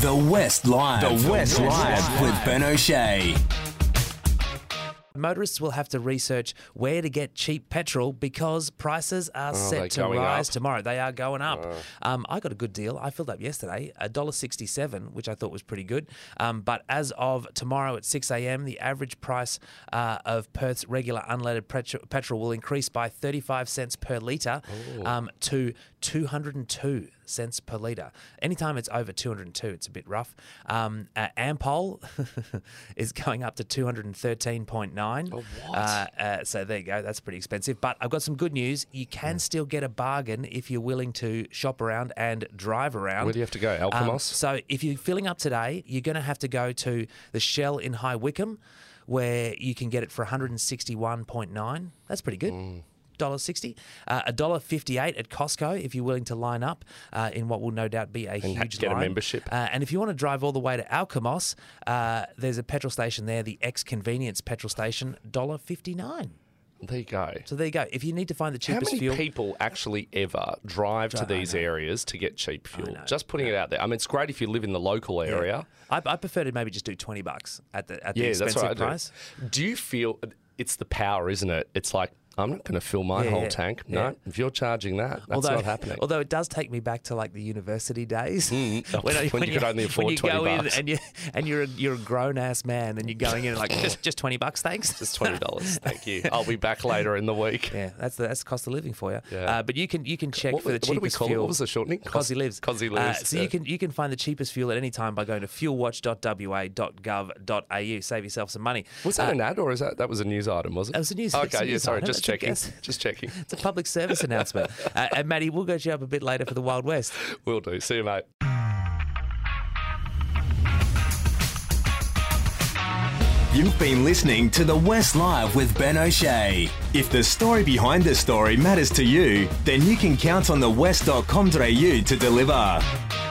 The West Live. The West Live. with Ben O'Shea. Motorists will have to research where to get cheap petrol because prices are Oh, they're set to going rise up. tomorrow. They are going up. Um, I got a good deal. I filled up yesterday, $1.67, which I thought was pretty good. Um, but as of tomorrow at 6 a.m., the average price uh, of Perth's regular unleaded petrol, petrol will increase by 35 cents per litre um, to 202 cents per litre. Anytime it's over 202, it's a bit rough. Um, uh, Ampol is going up to 213.9. Uh, uh, so there you go. That's pretty expensive. But I've got some good news. You can still get a bargain if you're willing to shop around and drive around. Where do you have to go? Um, Alchemos? so if you're filling up today, you're going to have to go to the Shell in High Wycombe, where you can get it for 161.9. That's pretty good. Mm. Dollar sixty, uh, a dollar fifty-eight at Costco if you're willing to line up uh, in what will no doubt be a ha- huge get a line. membership. Uh, and if you want to drive all the way to Alchemos, uh, there's a petrol station there, the X Convenience petrol station, dollar fifty-nine. there you go. So there you go. If you need to find the How cheapest many fuel, people actually ever drive to Dri- I these know. areas to get cheap fuel? know, Just putting it out there. I mean, it's great if you live in the local area. I, I prefer to maybe just do twenty bucks at the at the Yeah, expensive that's what I do. price. Do you feel it's the power, isn't it? It's like I'm not going to fill my Yeah, whole yeah, tank. yeah. No, if you're charging that, that's although, not happening. Hmm. Although it does take me back to like the university days Oh, When you could only afford when you 20 go bucks. in and you and you're a, you're a grown ass man and you're going in like just just twenty bucks, thanks. it's twenty dollars. Thank you. I'll be back later in the week. yeah, that's the that's the cost of living for you. Yeah. Uh, but you can you can check What for was- the what do we cheapest call it? fuel. What was the shortening? Cos- Cosy lives. Cosy Uh, lives, so yeah. you can you can find the cheapest fuel at any time by going to fuelwatch.wa.gov.au. Save yourself some money. Was that an ad or is that that was a news item? Was it? It was a news- it's a Okay, yeah. news Sorry, item. just It's a checking. guess. Just checking. It's a public service announcement. Uh, and Maddie, we'll get you up a bit later for the Wild West. Will do. See you, mate. You've been listening to The West Live with Ben O'Shea. If the story behind the story matters to you, then you can count on the west.com.au to deliver.